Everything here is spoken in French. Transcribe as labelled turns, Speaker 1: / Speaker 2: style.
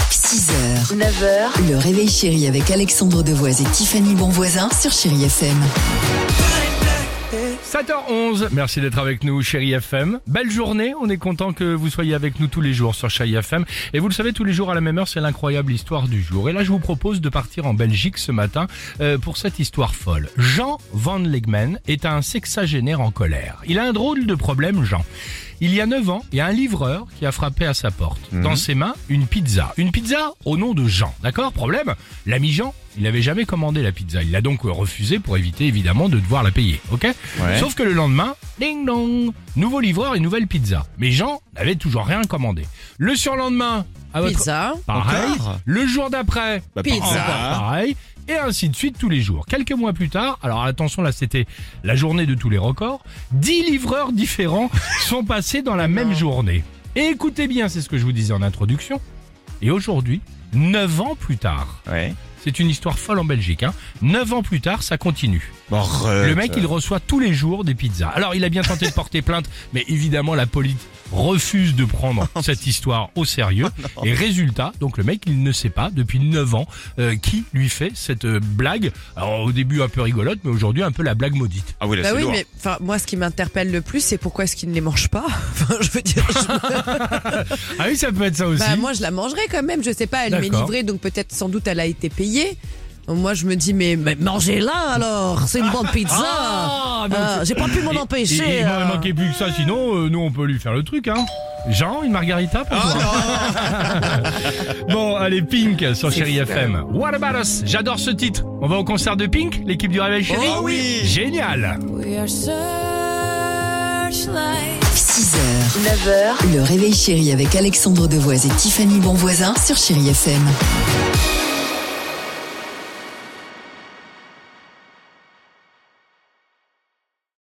Speaker 1: 6h, 9h, le réveil chéri avec Alexandre Devoise et Tiffany Bonvoisin sur Chéri FM.
Speaker 2: 7h11, merci d'être avec nous, chérie FM. Belle journée, on est content que vous soyez avec nous tous les jours sur Chérie FM. Et vous le savez, tous les jours à la même heure, c'est l'incroyable histoire du jour. Et là, je vous propose de partir en Belgique ce matin euh, pour cette histoire folle. Jean Van Legmen est un sexagénaire en colère. Il a un drôle de problème, Jean. Il y a 9 ans, il y a un livreur qui a frappé à sa porte. Dans ses mains, une pizza. Une pizza au nom de Jean. D'accord Problème L'ami Jean, il n'avait jamais commandé la pizza. Il l'a donc refusée pour éviter évidemment de devoir la payer. Ok Sauf que le lendemain, ding dong Nouveau livreur et nouvelle pizza. Mais Jean n'avait toujours rien commandé. Le surlendemain, à votre...
Speaker 3: Pizza.
Speaker 2: Pareil.
Speaker 4: Encore
Speaker 2: Le jour d'après,
Speaker 3: Pizza.
Speaker 2: encore Pareil. Et ainsi de suite tous les jours. Quelques mois plus tard, alors attention là c'était la journée de tous les records, 10 livreurs différents sont passés dans la même journée. Et écoutez bien, c'est ce que je vous disais en introduction. Et aujourd'hui, 9 ans plus tard,
Speaker 4: Ouais.
Speaker 2: c'est une histoire folle en Belgique, hein. 9 ans plus tard ça continue. Le mec, il reçoit tous les jours des pizzas. Alors, il a bien tenté de porter plainte, mais évidemment, la police refuse de prendre cette histoire au sérieux. Et résultat, donc le mec, il ne sait pas depuis 9 ans euh, qui lui fait cette euh, blague. Alors, au début, un peu rigolote, mais aujourd'hui, un peu la blague maudite.
Speaker 4: Ah oui, là,
Speaker 3: Bah
Speaker 4: c'est
Speaker 3: oui,
Speaker 4: lourd.
Speaker 3: mais enfin, moi, ce qui m'interpelle le plus, c'est pourquoi est-ce qu'il ne les mange pas Enfin, je veux dire, je-
Speaker 2: Ah oui, ça peut être ça aussi.
Speaker 3: bah, moi, je la mangerais quand même. Je sais pas, elle m'est
Speaker 2: D'accord.
Speaker 3: livrée, donc peut-être, sans doute, elle a été payée. Moi, je me dis, mais, mais mangez-la alors C'est une bonne pizza
Speaker 2: Ah, mais
Speaker 3: Ah, J'ai pas pu m'en
Speaker 2: il- Il, il
Speaker 3: empêcher.
Speaker 2: m'aurait
Speaker 3: euh.
Speaker 2: manqué plus que ça, sinon, euh, nous, on peut lui faire le truc, hein. Jean, une margarita pour toi
Speaker 4: Ah,
Speaker 2: Bon, allez, Pink sur Chéri FM. What about us J'adore ce titre. On va au concert de Pink, l'équipe du Réveil Chéri
Speaker 4: Oh oui
Speaker 2: Génial
Speaker 1: 6h, 9h, le réveil chéri avec Alexandre Devoise et Tiffany Bonvoisin sur Chéri FM.